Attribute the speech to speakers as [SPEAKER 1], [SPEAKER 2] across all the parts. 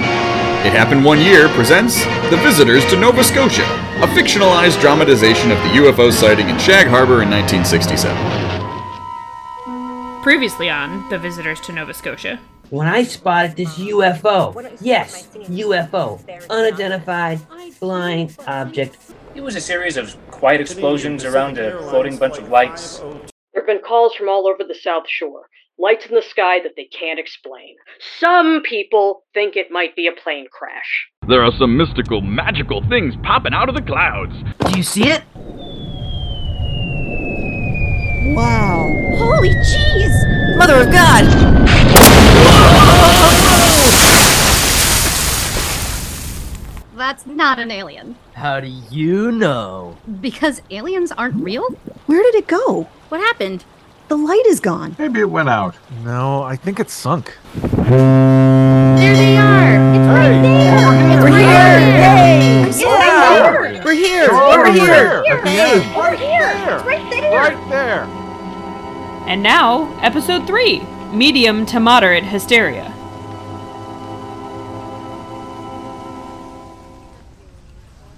[SPEAKER 1] It Happened One Year presents The Visitors to Nova Scotia, a fictionalized dramatization of the UFO sighting in Shag Harbor in 1967.
[SPEAKER 2] Previously on The Visitors to Nova Scotia.
[SPEAKER 3] when I spotted this UFO. Yes, UFO, unidentified flying object.
[SPEAKER 4] It was a series of quiet explosions around a floating bunch of lights.
[SPEAKER 5] There have been calls from all over the South Shore. Lights in the sky that they can't explain. Some people think it might be a plane crash.
[SPEAKER 6] There are some mystical, magical things popping out of the clouds.
[SPEAKER 7] Do you see it?
[SPEAKER 8] Wow.
[SPEAKER 9] Holy jeez!
[SPEAKER 7] Mother of God!
[SPEAKER 9] That's not an alien.
[SPEAKER 7] How do you know?
[SPEAKER 9] Because aliens aren't real?
[SPEAKER 8] Where did it go?
[SPEAKER 9] What happened?
[SPEAKER 8] The light is gone.
[SPEAKER 10] Maybe it went out.
[SPEAKER 11] No, I think it's sunk.
[SPEAKER 9] There they are! It's right there! It's right there!
[SPEAKER 8] I'm sorry. We're here. We're here.
[SPEAKER 11] Over
[SPEAKER 9] It's right there!
[SPEAKER 11] Right there.
[SPEAKER 2] And now, episode 3 Medium to Moderate Hysteria.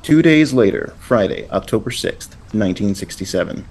[SPEAKER 12] Two days later, Friday, October 6th, 1967.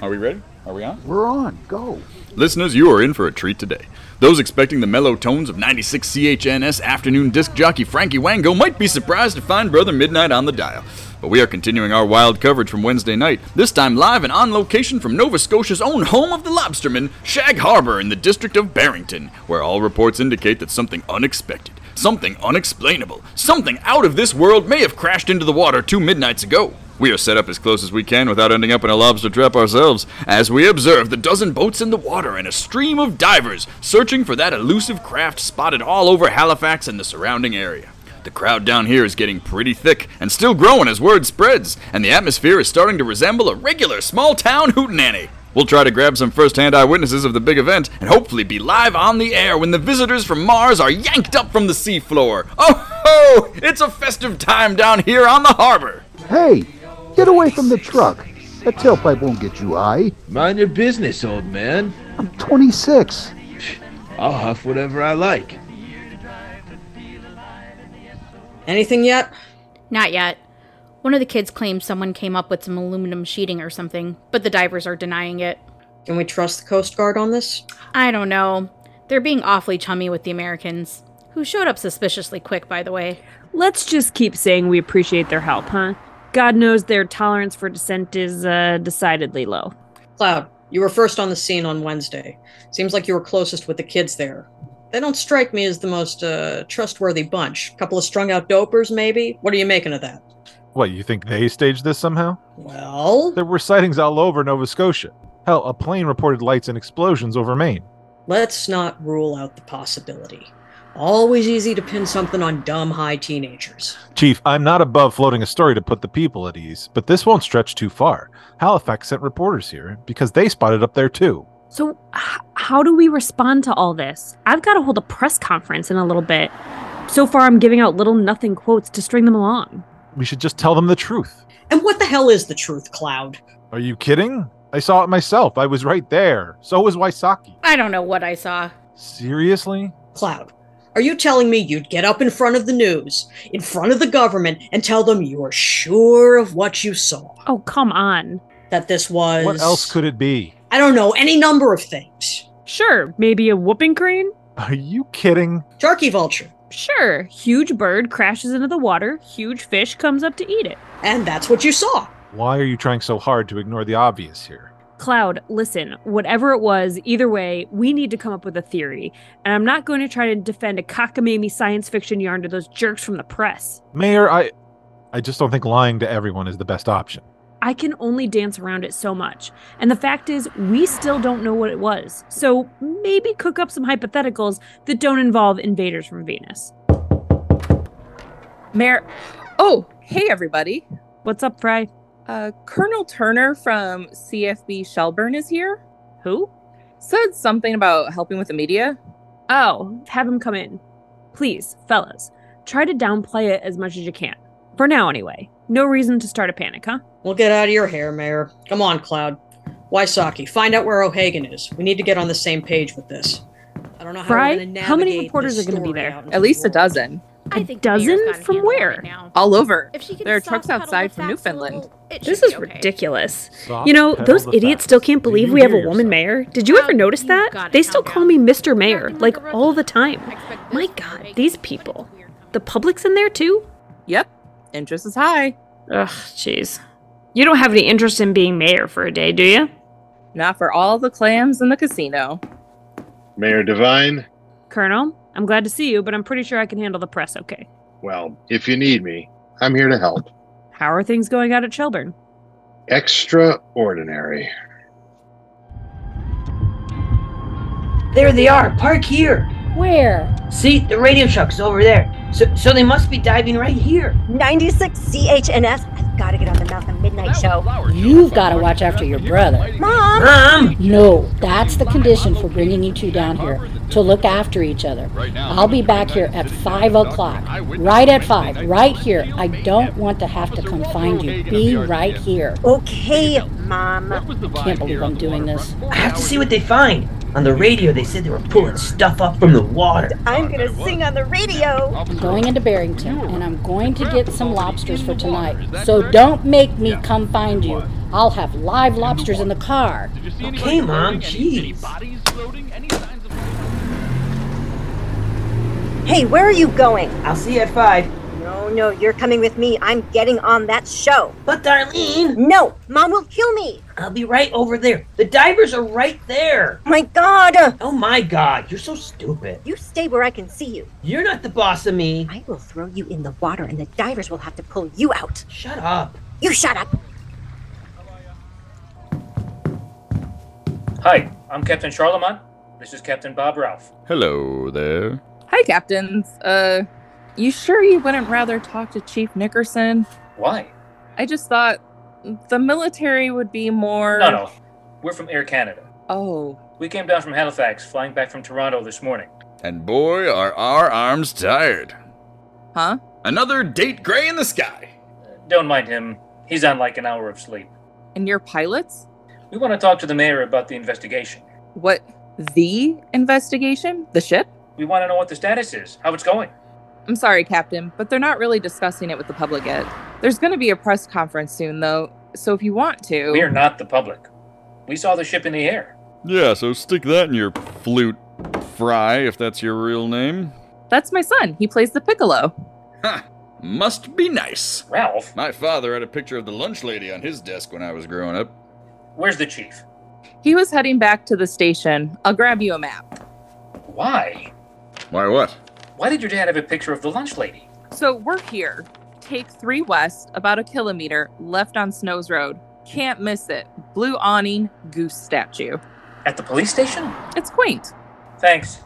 [SPEAKER 1] Are we ready? Are we on?
[SPEAKER 11] We're on. Go.
[SPEAKER 1] Listeners, you are in for a treat today. Those expecting the mellow tones of 96 CHNS afternoon disc jockey Frankie Wango might be surprised to find Brother Midnight on the dial. But we are continuing our wild coverage from Wednesday night, this time live and on location from Nova Scotia's own home of the lobsterman, Shag Harbor in the district of Barrington, where all reports indicate that something unexpected, something unexplainable, something out of this world may have crashed into the water two midnights ago. We are set up as close as we can without ending up in a lobster trap ourselves, as we observe the dozen boats in the water and a stream of divers searching for that elusive craft spotted all over Halifax and the surrounding area. The crowd down here is getting pretty thick and still growing as word spreads, and the atmosphere is starting to resemble a regular small town hootenanny. We'll try to grab some first hand eyewitnesses of the big event and hopefully be live on the air when the visitors from Mars are yanked up from the seafloor. Oh ho! It's a festive time down here on the harbor!
[SPEAKER 11] Hey, get away from the truck. That tailpipe won't get you high.
[SPEAKER 10] Mind your business, old man.
[SPEAKER 11] I'm 26.
[SPEAKER 10] I'll huff whatever I like.
[SPEAKER 5] Anything yet?
[SPEAKER 9] Not yet. One of the kids claims someone came up with some aluminum sheeting or something, but the divers are denying it.
[SPEAKER 5] Can we trust the Coast Guard on this?
[SPEAKER 9] I don't know. They're being awfully chummy with the Americans, who showed up suspiciously quick, by the way.
[SPEAKER 13] Let's just keep saying we appreciate their help, huh? God knows their tolerance for dissent is uh, decidedly low.
[SPEAKER 5] Cloud, you were first on the scene on Wednesday. Seems like you were closest with the kids there. They don't strike me as the most uh, trustworthy bunch. Couple of strung out dopers, maybe? What are you making of that?
[SPEAKER 11] What, you think they staged this somehow?
[SPEAKER 5] Well,
[SPEAKER 11] There were sightings all over Nova Scotia. Hell, a plane reported lights and explosions over Maine.
[SPEAKER 5] let's not rule out the possibility. Always easy to pin something on dumb high teenagers.
[SPEAKER 11] Chief, I'm not above floating a story to put the people at ease, but this won't stretch too far. Halifax sent reporters here because they spotted up there too.
[SPEAKER 13] So, h- how do we respond to all this? I've got to hold a press conference in a little bit. So far, I'm giving out little nothing quotes to string them along.
[SPEAKER 11] We should just tell them the truth.
[SPEAKER 5] And what the hell is the truth, Cloud?
[SPEAKER 11] Are you kidding? I saw it myself. I was right there. So was Waisaki.
[SPEAKER 9] I don't know what I saw.
[SPEAKER 11] Seriously?
[SPEAKER 5] Cloud, are you telling me you'd get up in front of the news, in front of the government, and tell them you are sure of what you saw?
[SPEAKER 13] Oh, come on.
[SPEAKER 5] That this was.
[SPEAKER 11] What else could it be?
[SPEAKER 5] I don't know, any number of things.
[SPEAKER 13] Sure, maybe a whooping crane?
[SPEAKER 11] Are you kidding?
[SPEAKER 5] Turkey vulture.
[SPEAKER 13] Sure, huge bird crashes into the water, huge fish comes up to eat it.
[SPEAKER 5] And that's what you saw.
[SPEAKER 11] Why are you trying so hard to ignore the obvious here?
[SPEAKER 13] Cloud, listen, whatever it was, either way, we need to come up with a theory. And I'm not going to try to defend a cockamamie science fiction yarn to those jerks from the press.
[SPEAKER 11] Mayor, I I just don't think lying to everyone is the best option.
[SPEAKER 13] I can only dance around it so much. And the fact is, we still don't know what it was. So maybe cook up some hypotheticals that don't involve invaders from Venus.
[SPEAKER 14] Mayor. Oh, hey everybody.
[SPEAKER 13] What's up, Fry?
[SPEAKER 14] Uh, Colonel Turner from CFB Shelburne is here.
[SPEAKER 13] Who?
[SPEAKER 14] Said something about helping with the media.
[SPEAKER 13] Oh, have him come in. Please, fellas, try to downplay it as much as you can. For now, anyway. No reason to start a panic, huh?
[SPEAKER 5] Well, get out of your hair, Mayor. Come on, Cloud. Waisaki, find out where O'Hagan is. We need to get on the same page with this. I don't know how
[SPEAKER 13] Fry,
[SPEAKER 5] we're gonna
[SPEAKER 13] how many
[SPEAKER 5] navigate
[SPEAKER 13] reporters
[SPEAKER 5] this
[SPEAKER 13] are gonna be
[SPEAKER 5] story
[SPEAKER 13] there?
[SPEAKER 5] out into
[SPEAKER 14] At least
[SPEAKER 5] the
[SPEAKER 14] a
[SPEAKER 5] world.
[SPEAKER 14] dozen.
[SPEAKER 15] I think the mayor's
[SPEAKER 9] dozen
[SPEAKER 15] gotta
[SPEAKER 9] from
[SPEAKER 15] handle it
[SPEAKER 9] where?
[SPEAKER 15] right now.
[SPEAKER 14] All over.
[SPEAKER 15] If she can
[SPEAKER 14] there are
[SPEAKER 15] soft
[SPEAKER 14] trucks
[SPEAKER 15] pedal
[SPEAKER 14] outside
[SPEAKER 15] the facts
[SPEAKER 14] from
[SPEAKER 15] a
[SPEAKER 14] Newfoundland.
[SPEAKER 15] little, it
[SPEAKER 13] This
[SPEAKER 15] should
[SPEAKER 13] is
[SPEAKER 15] be okay.
[SPEAKER 13] ridiculous.
[SPEAKER 15] Soft
[SPEAKER 13] you know,
[SPEAKER 15] pedal
[SPEAKER 13] those
[SPEAKER 15] the
[SPEAKER 13] idiots still can't believe we have a woman mayor. Did you ever notice that? They still call me Mr. Mayor, like all the time. My God, these people. The public's in there too?
[SPEAKER 14] Yep. Interest is high.
[SPEAKER 13] Ugh, jeez. You don't have any interest in being mayor for a day, do you?
[SPEAKER 14] Not for all the clams in the casino.
[SPEAKER 16] Mayor Devine,
[SPEAKER 9] Colonel, I'm glad to see you, but I'm pretty sure I can handle the press okay.
[SPEAKER 16] well, if you need me, I'm here to help.
[SPEAKER 9] How are things going out at Shelburne?
[SPEAKER 16] Extraordinary.
[SPEAKER 3] There they are. Park here.
[SPEAKER 15] Where?
[SPEAKER 3] See, the radio truck's over there. So, so they must be diving right here.
[SPEAKER 7] 96 CHNS. I've got to get on the Malcolm Midnight Show.
[SPEAKER 17] You've got to watch after your brother.
[SPEAKER 7] Mom!
[SPEAKER 17] No, that's the condition for bringing you two down here to look after each other. I'll be back here at 5 o'clock. Right at 5, right here. I don't want to have to come find you. Be right here.
[SPEAKER 7] Okay, Mom.
[SPEAKER 17] I can't believe I'm doing this.
[SPEAKER 3] I have to see what they find. On the radio, they said they were pulling stuff up from the water.
[SPEAKER 7] I'm going to sing on the radio.
[SPEAKER 17] I'm going into Barrington and I'm going to get some lobsters for tonight. So don't make me come find you. I'll have live lobsters in the car.
[SPEAKER 3] Okay, Mom. Jeez.
[SPEAKER 7] Hey, where are you going?
[SPEAKER 3] I'll see you at five.
[SPEAKER 7] No, no, you're coming with me. I'm getting on that show.
[SPEAKER 3] But Darlene,
[SPEAKER 7] No, Mom will kill me.
[SPEAKER 3] I'll be right over there. The divers are right there.
[SPEAKER 7] My God.
[SPEAKER 3] Oh my God, you're so stupid.
[SPEAKER 7] You stay where I can see you.
[SPEAKER 3] You're not the boss of me.
[SPEAKER 7] I will throw you in the water and the divers will have to pull you out.
[SPEAKER 3] Shut up.
[SPEAKER 7] You shut up.
[SPEAKER 4] Hi, I'm Captain Charlemont. This is Captain Bob Ralph.
[SPEAKER 1] Hello there.
[SPEAKER 14] Hi, captains. Uh, you sure you wouldn't rather talk to Chief Nickerson?
[SPEAKER 4] Why?
[SPEAKER 14] I just thought the military would be more.
[SPEAKER 4] No, no. We're from Air Canada.
[SPEAKER 14] Oh,
[SPEAKER 4] We came down from Halifax, flying back from Toronto this morning.
[SPEAKER 1] And boy, are our arms tired.
[SPEAKER 14] huh?
[SPEAKER 1] Another date gray in the sky.
[SPEAKER 4] Don't mind him. He's on like an hour of sleep.
[SPEAKER 14] And your pilots?
[SPEAKER 4] We want to talk to the mayor about the investigation.
[SPEAKER 14] What? The investigation? The ship?
[SPEAKER 4] We want to know what the status is, how it's going.
[SPEAKER 14] I'm sorry, Captain, but they're not really discussing it with the public yet. There's going to be a press conference soon, though, so if you want to.
[SPEAKER 4] We are not the public. We saw the ship in the air.
[SPEAKER 1] Yeah, so stick that in your flute, Fry, if that's your real name.
[SPEAKER 14] That's my son. He plays the piccolo.
[SPEAKER 1] Must be nice.
[SPEAKER 4] Ralph?
[SPEAKER 1] My father had a picture of the lunch lady on his desk when I was growing up.
[SPEAKER 4] Where's the chief?
[SPEAKER 14] He was heading back to the station. I'll grab you a map.
[SPEAKER 4] Why?
[SPEAKER 1] Why what?
[SPEAKER 4] Why did your dad have a picture of the lunch lady?
[SPEAKER 14] So we're here. Take three west, about a kilometer, left on Snows Road. Can't miss it. Blue awning, goose statue.
[SPEAKER 4] At the police station?
[SPEAKER 14] It's quaint.
[SPEAKER 4] Thanks.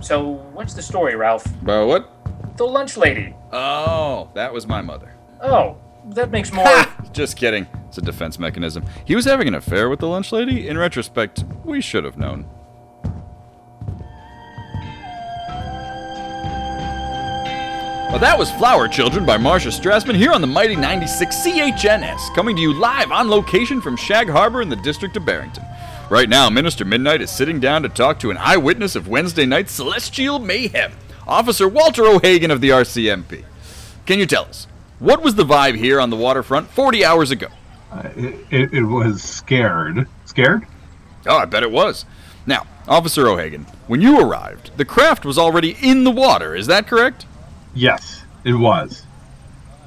[SPEAKER 4] So, what's the story, Ralph?
[SPEAKER 1] About what?
[SPEAKER 4] The lunch lady.
[SPEAKER 1] Oh, that was my mother.
[SPEAKER 4] Oh, that makes more.
[SPEAKER 1] Just kidding. It's a defense mechanism. He was having an affair with the lunch lady. In retrospect, we should have known. Well, that was Flower Children by Marsha Strassman here on the Mighty 96 CHNS, coming to you live on location from Shag Harbor in the district of Barrington. Right now, Minister Midnight is sitting down to talk to an eyewitness of Wednesday night's celestial mayhem, Officer Walter O'Hagan of the RCMP. Can you tell us, what was the vibe here on the waterfront 40 hours ago?
[SPEAKER 18] Uh, It, it, it was scared. Scared?
[SPEAKER 1] Oh, I bet it was. Now, Officer O'Hagan, when you arrived, the craft was already in the water, is that correct?
[SPEAKER 18] Yes, it was.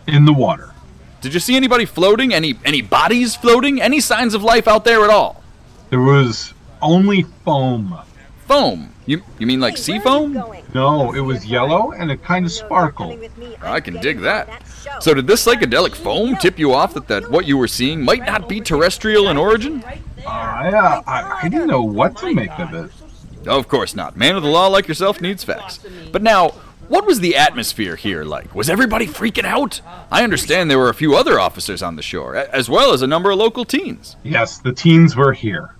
[SPEAKER 18] In the water.
[SPEAKER 1] Did you see anybody floating? Any any bodies floating? Any signs of life out there at all?
[SPEAKER 18] There was only foam.
[SPEAKER 1] Foam? You you mean like sea foam?
[SPEAKER 18] No, it was yellow and it kind of sparkled.
[SPEAKER 1] I can dig that. So did this psychedelic foam tip you off that, that what you were seeing might not be terrestrial in origin?
[SPEAKER 18] I, uh, I, I didn't know what to make of it.
[SPEAKER 1] Of course not. Man of the law like yourself needs facts. But now, what was the atmosphere here like? Was everybody freaking out? I understand there were a few other officers on the shore, a- as well as a number of local teens.
[SPEAKER 18] Yes, the teens were here.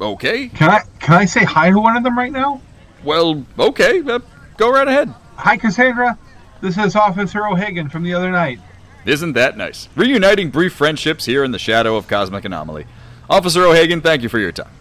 [SPEAKER 1] Okay.
[SPEAKER 18] Can I can I say hi to one of them right now?
[SPEAKER 1] Well, okay. Uh, go right ahead.
[SPEAKER 18] Hi, Cassandra. This is Officer O'Hagan from the other night.
[SPEAKER 1] Isn't that nice? Reuniting brief friendships here in the shadow of Cosmic Anomaly. Officer O'Hagan, thank you for your time.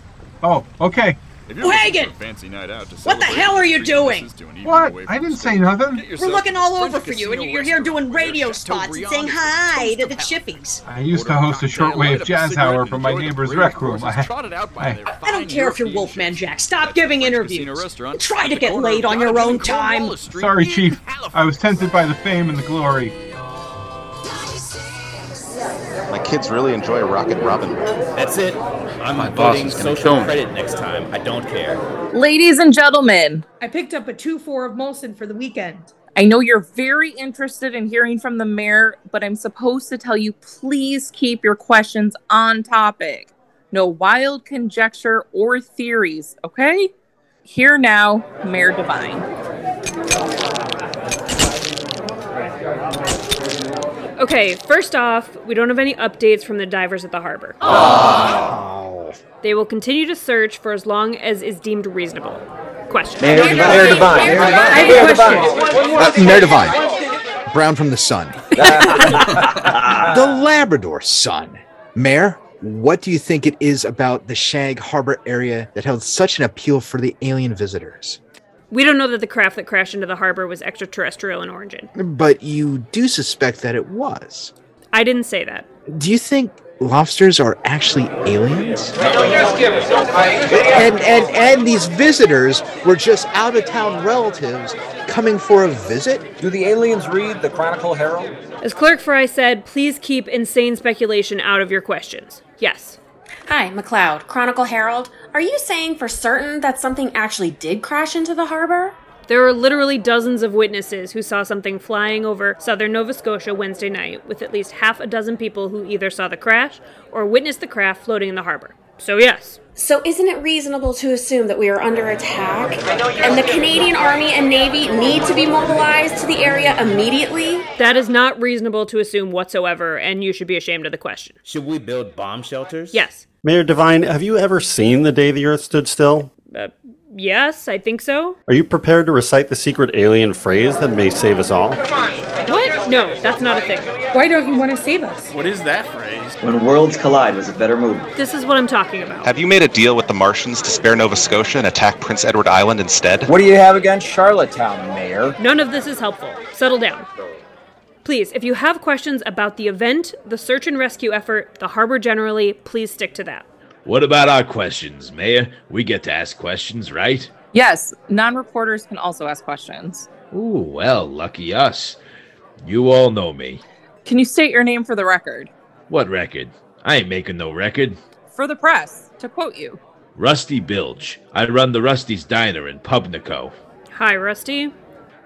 [SPEAKER 18] Oh, okay.
[SPEAKER 1] If you're looking
[SPEAKER 5] Hagen!
[SPEAKER 1] for a fancy night out to
[SPEAKER 5] What the
[SPEAKER 1] celebrate,
[SPEAKER 5] hell are you
[SPEAKER 1] treat
[SPEAKER 5] doing?
[SPEAKER 1] missus to an evening
[SPEAKER 18] What?
[SPEAKER 1] away
[SPEAKER 18] I didn't say nothing.
[SPEAKER 5] We're looking all over for you,
[SPEAKER 1] casino
[SPEAKER 5] and you're here doing radio spots and saying hi to the chippies.
[SPEAKER 18] I used to host a shortwave jazz hour from my neighbor's rec room. I, I,
[SPEAKER 5] I don't care if you're Wolfman Jack. Stop giving interviews. And try to get laid on your own time.
[SPEAKER 18] sorry, Chief. I was tempted by the fame and the glory.
[SPEAKER 19] My kids really enjoy Rocket Robin. That's it. I'm My
[SPEAKER 20] boss is gonna kill
[SPEAKER 19] social
[SPEAKER 20] me.
[SPEAKER 19] credit next time. I don't care.
[SPEAKER 14] Ladies and gentlemen,
[SPEAKER 21] I picked up a 2 4 of Molson for the weekend.
[SPEAKER 14] I know you're very interested in hearing from the mayor, but I'm supposed to tell you please keep your questions on topic. No wild conjecture or theories, okay? Here now, Mayor Devine.
[SPEAKER 13] Okay, first off, we don't have any updates from the divers at the harbor. They will continue to search for as long as is deemed reasonable. Question.
[SPEAKER 12] Mayor Devine. Mayor Devine. Mayor Devine.
[SPEAKER 13] I
[SPEAKER 12] Mayor
[SPEAKER 13] have a
[SPEAKER 12] Devine.
[SPEAKER 13] question.
[SPEAKER 12] Uh, Mayor Devine, brown from the sun. the Labrador sun. Mayor, what do you think it is about the Shag Harbor area that held such an appeal for the alien visitors?
[SPEAKER 13] We don't know that the craft that crashed into the harbor was extraterrestrial in origin.
[SPEAKER 12] But you do suspect that it was.
[SPEAKER 13] I didn't say that.
[SPEAKER 12] Do you think lobsters are actually aliens? And,
[SPEAKER 18] And,
[SPEAKER 12] and, and these visitors were just out of town relatives coming for a visit?
[SPEAKER 22] Do the aliens read the Chronicle Herald?
[SPEAKER 13] As Clerk Fry said, please keep insane speculation out of your questions. Yes.
[SPEAKER 23] Hi, McLeod, Chronicle Herald. Are you saying for certain that something actually did crash into the harbor?
[SPEAKER 13] There are literally dozens of witnesses who saw something flying over southern Nova Scotia Wednesday night, with at least half a dozen people who either saw the crash or witnessed the craft floating in the harbor. So, yes.
[SPEAKER 23] So, isn't it reasonable to assume that we are under attack? And the Canadian Army and Navy need to be mobilized to the area immediately?
[SPEAKER 13] That is not reasonable to assume whatsoever, and you should be ashamed of the question.
[SPEAKER 24] Should we build bomb shelters?
[SPEAKER 13] Yes.
[SPEAKER 25] Mayor Divine, have you ever seen the day the Earth stood still?
[SPEAKER 13] Uh, yes, I think so.
[SPEAKER 25] Are you prepared to recite the secret alien phrase that may save us all?
[SPEAKER 13] What? No, that's not a thing.
[SPEAKER 21] Why don't you want to save us?
[SPEAKER 19] What is that phrase?
[SPEAKER 26] When Worlds Collide was a better movie.
[SPEAKER 13] This is what I'm talking about.
[SPEAKER 27] Have you made a deal with the Martians to spare Nova Scotia and attack Prince Edward Island instead?
[SPEAKER 24] What do you have against Charlottetown, Mayor?
[SPEAKER 13] None of this is helpful. Settle down. Please, if you have questions about the event, the search and rescue effort, the harbor generally, please stick to that.
[SPEAKER 10] What about our questions, Mayor? We get to ask questions, right?
[SPEAKER 14] Yes, non reporters can also ask questions.
[SPEAKER 10] Ooh, well, lucky us. You all know me.
[SPEAKER 14] Can you state your name for the record?
[SPEAKER 10] What record? I ain't making no record.
[SPEAKER 14] For the press, to quote you.
[SPEAKER 10] Rusty Bilge. I run the Rusty's Diner in Pubnico.
[SPEAKER 13] Hi, Rusty.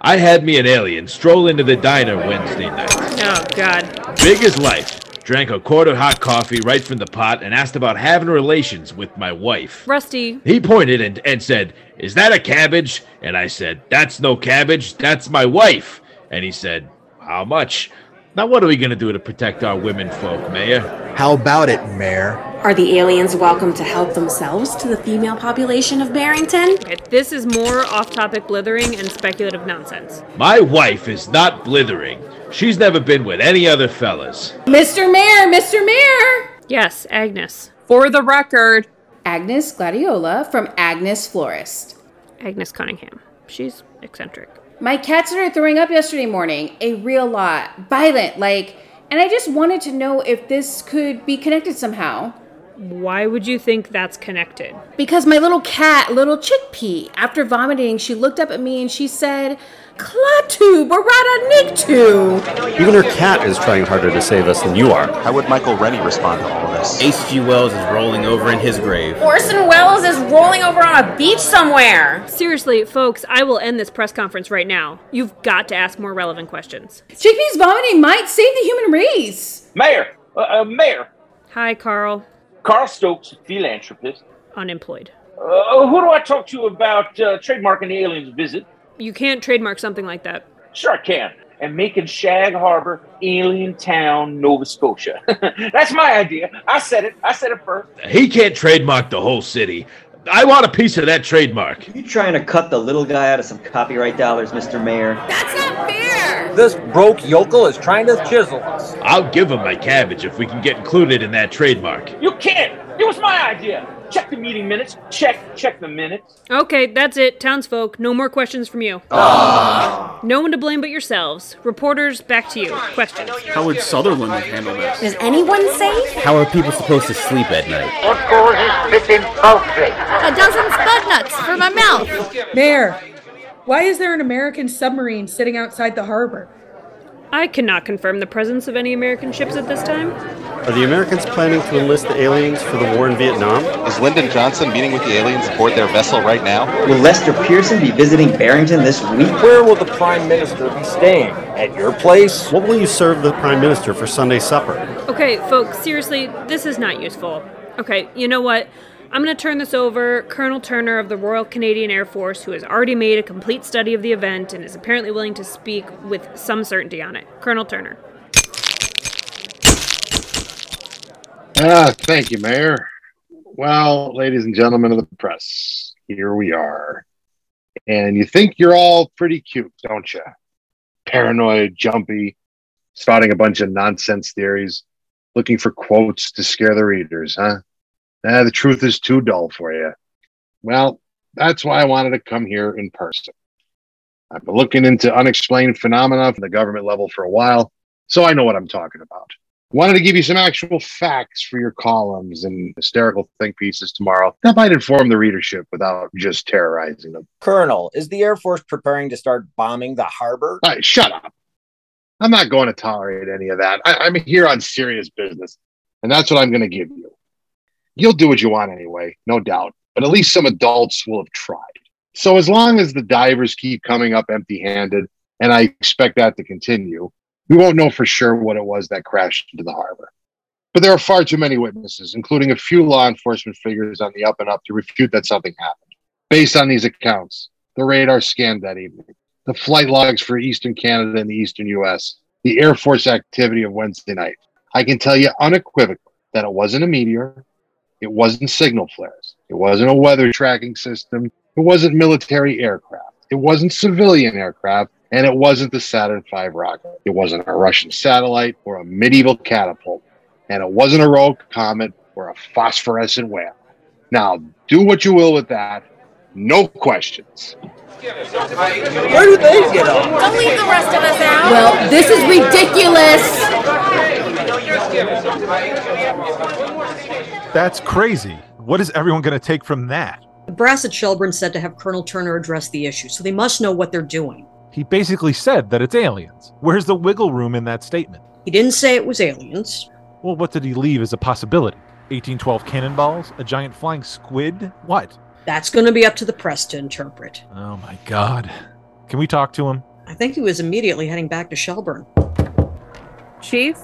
[SPEAKER 10] I had me an alien stroll into the diner Wednesday night.
[SPEAKER 13] Oh, God.
[SPEAKER 10] Big as life. Drank a quart of hot coffee right from the pot and asked about having relations with my wife.
[SPEAKER 13] Rusty.
[SPEAKER 10] He pointed and, and said, Is that a cabbage? And I said, That's no cabbage. That's my wife. And he said, How much? Now, what are we going to do to protect our women folk, Mayor?
[SPEAKER 12] How about it, Mayor?
[SPEAKER 23] Are the aliens welcome to help themselves to the female population of Barrington?
[SPEAKER 13] Okay, this is more off topic blithering and speculative nonsense.
[SPEAKER 10] My wife is not blithering. She's never been with any other fellas.
[SPEAKER 23] Mr. Mayor, Mr. Mayor!
[SPEAKER 13] Yes, Agnes.
[SPEAKER 14] For the record,
[SPEAKER 28] Agnes Gladiola from Agnes Florist.
[SPEAKER 13] Agnes Cunningham. She's eccentric.
[SPEAKER 28] My cats started throwing up yesterday morning, a real lot, violent, like, and I just wanted to know if this could be connected somehow.
[SPEAKER 13] Why would you think that's connected?
[SPEAKER 28] Because my little cat, little chickpea, after vomiting, she looked up at me and she said, Klaatu Barada Niktu.
[SPEAKER 25] Even her cat is trying harder to save us than you are.
[SPEAKER 19] How would Michael Rennie respond to all of this?
[SPEAKER 24] H.G. Wells is rolling over in his grave.
[SPEAKER 23] Orson Welles is rolling over on a beach somewhere.
[SPEAKER 13] Seriously, folks, I will end this press conference right now. You've got to ask more relevant questions.
[SPEAKER 28] Chickpea's vomiting might save the human race.
[SPEAKER 29] Mayor, uh, uh, Mayor,
[SPEAKER 13] Hi, Carl.
[SPEAKER 29] Carl Stokes, philanthropist.
[SPEAKER 13] Unemployed.
[SPEAKER 29] Uh, who do I talk to about uh, trademarking the aliens visit?
[SPEAKER 13] You can't trademark something like that.
[SPEAKER 29] Sure, I can. And making Shag Harbor Alien Town, Nova Scotia. That's my idea. I said it. I said it first.
[SPEAKER 10] He can't trademark the whole city. I want a piece of that trademark.
[SPEAKER 26] You trying to cut the little guy out of some copyright dollars, Mr. Mayor?
[SPEAKER 24] This broke yokel is trying to chisel us.
[SPEAKER 10] I'll give him my cabbage if we can get included in that trademark.
[SPEAKER 29] You can't. It was my idea. Check the meeting minutes. Check, check the minutes.
[SPEAKER 13] Okay, that's it. Townsfolk, no more questions from you. No one to blame but yourselves. Reporters, back to you. Questions.
[SPEAKER 2] How would Sutherland have handled this?
[SPEAKER 13] Is anyone safe?
[SPEAKER 24] How are people supposed to sleep at night?
[SPEAKER 6] What causes missing poultry?
[SPEAKER 8] A dozen spud nuts for my mouth.
[SPEAKER 21] Mayor, why is there an American submarine sitting outside the harbor?
[SPEAKER 13] I cannot confirm the presence of any American ships at this time.
[SPEAKER 25] Are the Americans planning to enlist the aliens for the war in Vietnam?
[SPEAKER 27] Is Lyndon Johnson meeting with the aliens aboard their vessel right now?
[SPEAKER 26] Will Lester Pearson be visiting Barrington this week?
[SPEAKER 24] Where will the Prime Minister be staying? At your place?
[SPEAKER 25] What will you serve the Prime Minister for Sunday supper?
[SPEAKER 13] Okay, folks, seriously, this is not useful. Okay, you know what? I'm going to turn this over. Colonel Turner of the Royal Canadian Air Force, who has already made a complete study of the event and is apparently willing to speak with some certainty on it. Colonel Turner.
[SPEAKER 15] Ah, thank you, Mayor. Well, ladies and gentlemen of the press, here we are. And you think you're all pretty cute, don't you? Paranoid, jumpy, spouting a bunch of nonsense theories, looking for quotes to scare the readers, huh? Ah, the truth is too dull for you. Well, that's why I wanted to come here in person. I've been looking into unexplained phenomena from the government level for a while, so I know what I'm talking about wanted to give you some actual facts for your columns and hysterical think pieces tomorrow that might inform the readership without just terrorizing them.
[SPEAKER 24] Colonel, is the Air Force preparing to start bombing the harbor?
[SPEAKER 15] All right, shut up. I'm not going to tolerate any of that. I, I'm here on serious business, and that's what I'm going to give you. You'll do what you want anyway, no doubt, but at least some adults will have tried. So, as long as the divers keep coming up empty handed, and I expect that to continue, we won't know for sure what it was that crashed into the harbor. But there are far too many witnesses, including a few law enforcement figures on the up and up, to refute that something happened. Based on these accounts, the radar scanned that evening, the flight logs for Eastern Canada and the Eastern US, the Air Force activity of Wednesday night, I can tell you unequivocally that it wasn't a meteor, it wasn't signal flares, it wasn't a weather tracking system, it wasn't military aircraft, it wasn't civilian aircraft, and it wasn't the Saturn V rocket. It wasn't a Russian satellite or a medieval catapult. And it wasn't a rogue comet or a phosphorescent whale. Now, do what you will with that. No questions.
[SPEAKER 24] Where do they get off?
[SPEAKER 8] Don't leave the rest of us out.
[SPEAKER 28] Well, this is ridiculous.
[SPEAKER 11] That's crazy. What is everyone going to take from that?
[SPEAKER 5] The brass at Shelburne said to have Colonel Turner address the issue, so they must know what they're doing.
[SPEAKER 11] He basically said that it's aliens. Where's the wiggle room in that statement?
[SPEAKER 5] He didn't say it was aliens.
[SPEAKER 11] Well, what did he leave as a possibility? 1812 cannonballs? A giant flying squid? What?
[SPEAKER 5] That's going to be up to the press to interpret.
[SPEAKER 11] Oh my god. Can we talk to him?
[SPEAKER 5] I think he was immediately heading back to Shelburne.
[SPEAKER 14] Chief,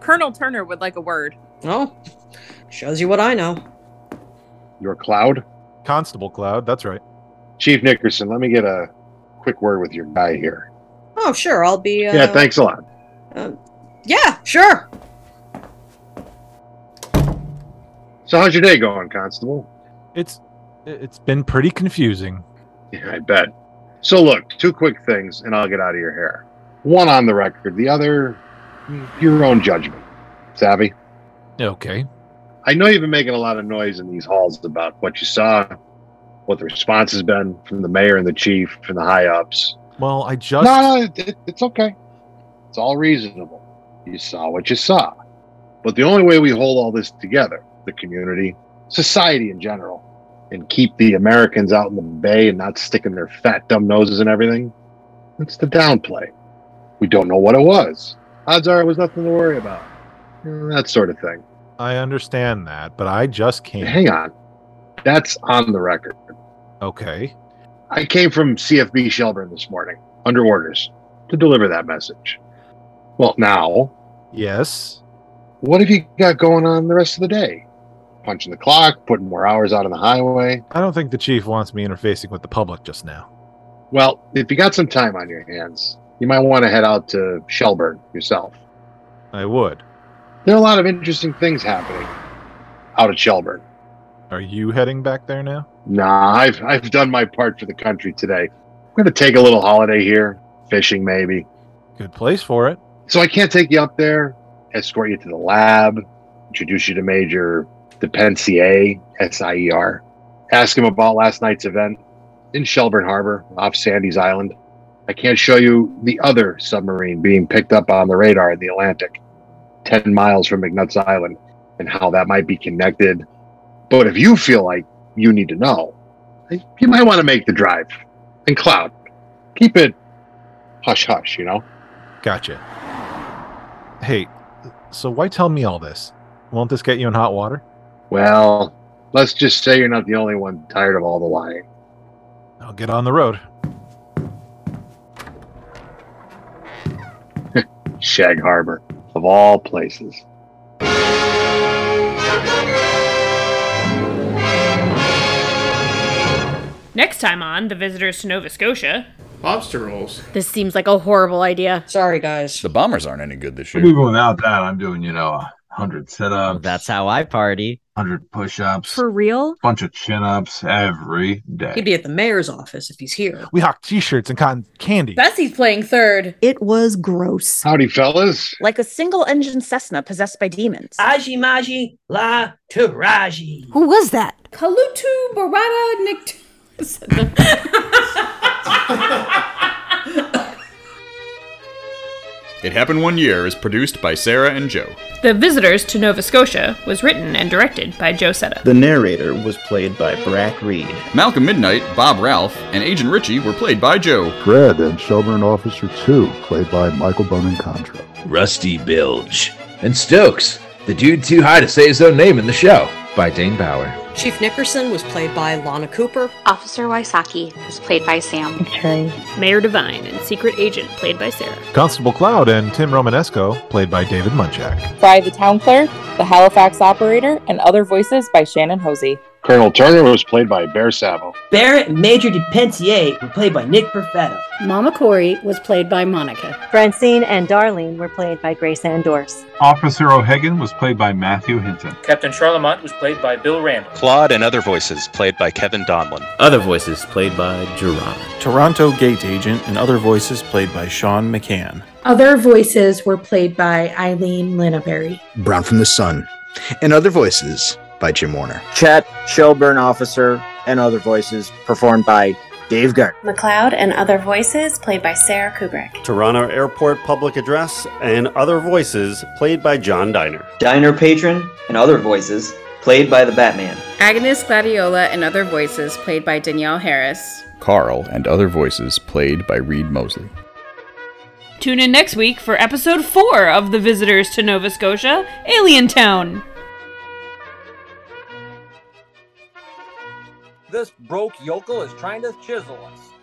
[SPEAKER 14] Colonel Turner would like a word.
[SPEAKER 5] Oh, shows you what I know.
[SPEAKER 15] Your cloud?
[SPEAKER 11] Constable Cloud, that's right.
[SPEAKER 15] Chief Nickerson, let me get a quick word with your guy here.
[SPEAKER 5] Oh, sure, I'll be. Uh,
[SPEAKER 15] yeah, thanks a lot.
[SPEAKER 5] uh, yeah, sure.
[SPEAKER 15] So, how's your day going, Constable?
[SPEAKER 11] It's it's been pretty confusing.
[SPEAKER 15] Yeah, I bet. So, look, two quick things, and I'll get out of your hair. One on the record, the other, your own judgment. Savvy?
[SPEAKER 11] Okay.
[SPEAKER 15] I know you've been making a lot of noise in these halls about what you saw, what the response has been from the mayor and the chief and the high ups.
[SPEAKER 11] Well, I just
[SPEAKER 15] No, no, it, it- it's okay. It's all reasonable. You saw what you saw. But the only way we hold all this together, the community, society in general, and keep the Americans out in the bay and not sticking their fat dumb noses and everything, it's the downplay. We don't know what it was. Odds are it was nothing to worry about. Mm, That sort of thing.
[SPEAKER 11] I understand that, but I just can't.
[SPEAKER 15] Hang on. That's on the record.
[SPEAKER 11] Okay.
[SPEAKER 15] I came from CFB Shelburne this morning under orders to deliver that message. Well, now,
[SPEAKER 11] Yes.
[SPEAKER 15] what have you got going on the rest of the day? Punching the clock, putting more hours out on the highway.
[SPEAKER 11] I don't think the chief wants me interfacing with the public just now.
[SPEAKER 15] Well, if you got some time on your hands, you might want to head out to Shelburne yourself.
[SPEAKER 11] I would.
[SPEAKER 15] There are a lot of interesting things happening out at Shelburne.
[SPEAKER 11] Are you heading back there now?
[SPEAKER 15] Nah, I've, I've done my part for the country today. I'm going to take a little holiday here, fishing maybe.
[SPEAKER 11] Good place for it.
[SPEAKER 15] So I can't take you up there, escort you to the lab, introduce you to Major Depensier, S I E R. Ask him about last night's event in Shelburne Harbor off Sandy's Island. I can't show you the other submarine being picked up on the radar in the Atlantic, 10 miles from McNutt's Island, and how that might be connected. But if you feel like you need to know, you might want to make the drive. And Cloud, keep it hush hush, you know?
[SPEAKER 11] Gotcha. Hey, so why tell me all this? Won't this get you in hot water?
[SPEAKER 15] Well, let's just say you're not the only one tired of all the lying.
[SPEAKER 11] I'll get on the road.
[SPEAKER 15] Shag Harbor, of all places.
[SPEAKER 13] Next time on The Visitors to Nova Scotia.
[SPEAKER 9] Lobster rolls.
[SPEAKER 13] This seems like a horrible idea.
[SPEAKER 5] Sorry, guys.
[SPEAKER 1] The bombers aren't any good this year.
[SPEAKER 30] Maybe without that, I'm doing, you know, 100 sit ups,
[SPEAKER 31] That's how I party.
[SPEAKER 30] 100 push ups,
[SPEAKER 13] For real?
[SPEAKER 30] bunch of chin ups every
[SPEAKER 5] He'd
[SPEAKER 30] day.
[SPEAKER 5] be at the mayor's office if he's here.
[SPEAKER 11] We hawk t shirts and cotton candy.
[SPEAKER 28] Bessie's playing third.
[SPEAKER 32] It was gross.
[SPEAKER 15] Howdy, fellas.
[SPEAKER 32] Like a single engine Cessna possessed by demons.
[SPEAKER 3] Ajimaji La Taraji.
[SPEAKER 32] Who was that?
[SPEAKER 28] Kalutu Barada Nick.
[SPEAKER 1] It Happened One Year is produced by Sarah and Joe.
[SPEAKER 13] The Visitors to Nova Scotia was written and directed by Joe Setta.
[SPEAKER 31] The narrator was played by Brack Reed.
[SPEAKER 1] Malcolm Midnight, Bob Ralph, and Agent Richie were played by Joe.
[SPEAKER 33] Fred and Shelburne Officer 2, played by Michael Bonincontra.
[SPEAKER 10] Rusty Bilge. And Stokes, the dude too high to say his own name in the show, by Dane Bauer.
[SPEAKER 5] Chief Nickerson was played by Lana Cooper.
[SPEAKER 34] Officer Waisaki was played by Sam.
[SPEAKER 13] Mayor Devine and Secret Agent played by Sarah.
[SPEAKER 11] Constable Cloud and Tim Romanesco, played by David Munchak.
[SPEAKER 14] Fry the town clerk, the Halifax operator, and other voices by Shannon Hosey.
[SPEAKER 15] Colonel Turner was played by Bear Savo.
[SPEAKER 3] Barrett and Major DePentier were played by Nick Perfetto.
[SPEAKER 21] Mama Corey was played by Monica.
[SPEAKER 7] Francine and Darlene were played by Grace Andors.
[SPEAKER 30] Officer O'Hagan was played by Matthew Hinton.
[SPEAKER 3] Captain Charlemont was played by Bill Randall.
[SPEAKER 35] Claude and other voices played by Kevin Donlin.
[SPEAKER 31] Other voices played by Geron.
[SPEAKER 36] Toronto Gate Agent and other voices played by Sean McCann.
[SPEAKER 21] Other voices were played by Eileen Linaberry.
[SPEAKER 37] Brown from the Sun, and other voices by Jim Warner.
[SPEAKER 12] Chet, Shelburne Officer, and other voices performed by Dave Gardner.
[SPEAKER 7] McLeod and other voices played by Sarah Kubrick.
[SPEAKER 25] Toronto Airport Public Address and other voices played by John Diner.
[SPEAKER 38] Diner patron and other voices played by the Batman.
[SPEAKER 21] Agnes Gladiola and other voices played by Danielle Harris.
[SPEAKER 1] Carl and other voices played by Reed Mosley.
[SPEAKER 13] Tune in next week for episode 4 of The Visitors to Nova Scotia Alien Town.
[SPEAKER 3] This broke yokel is trying to chisel us.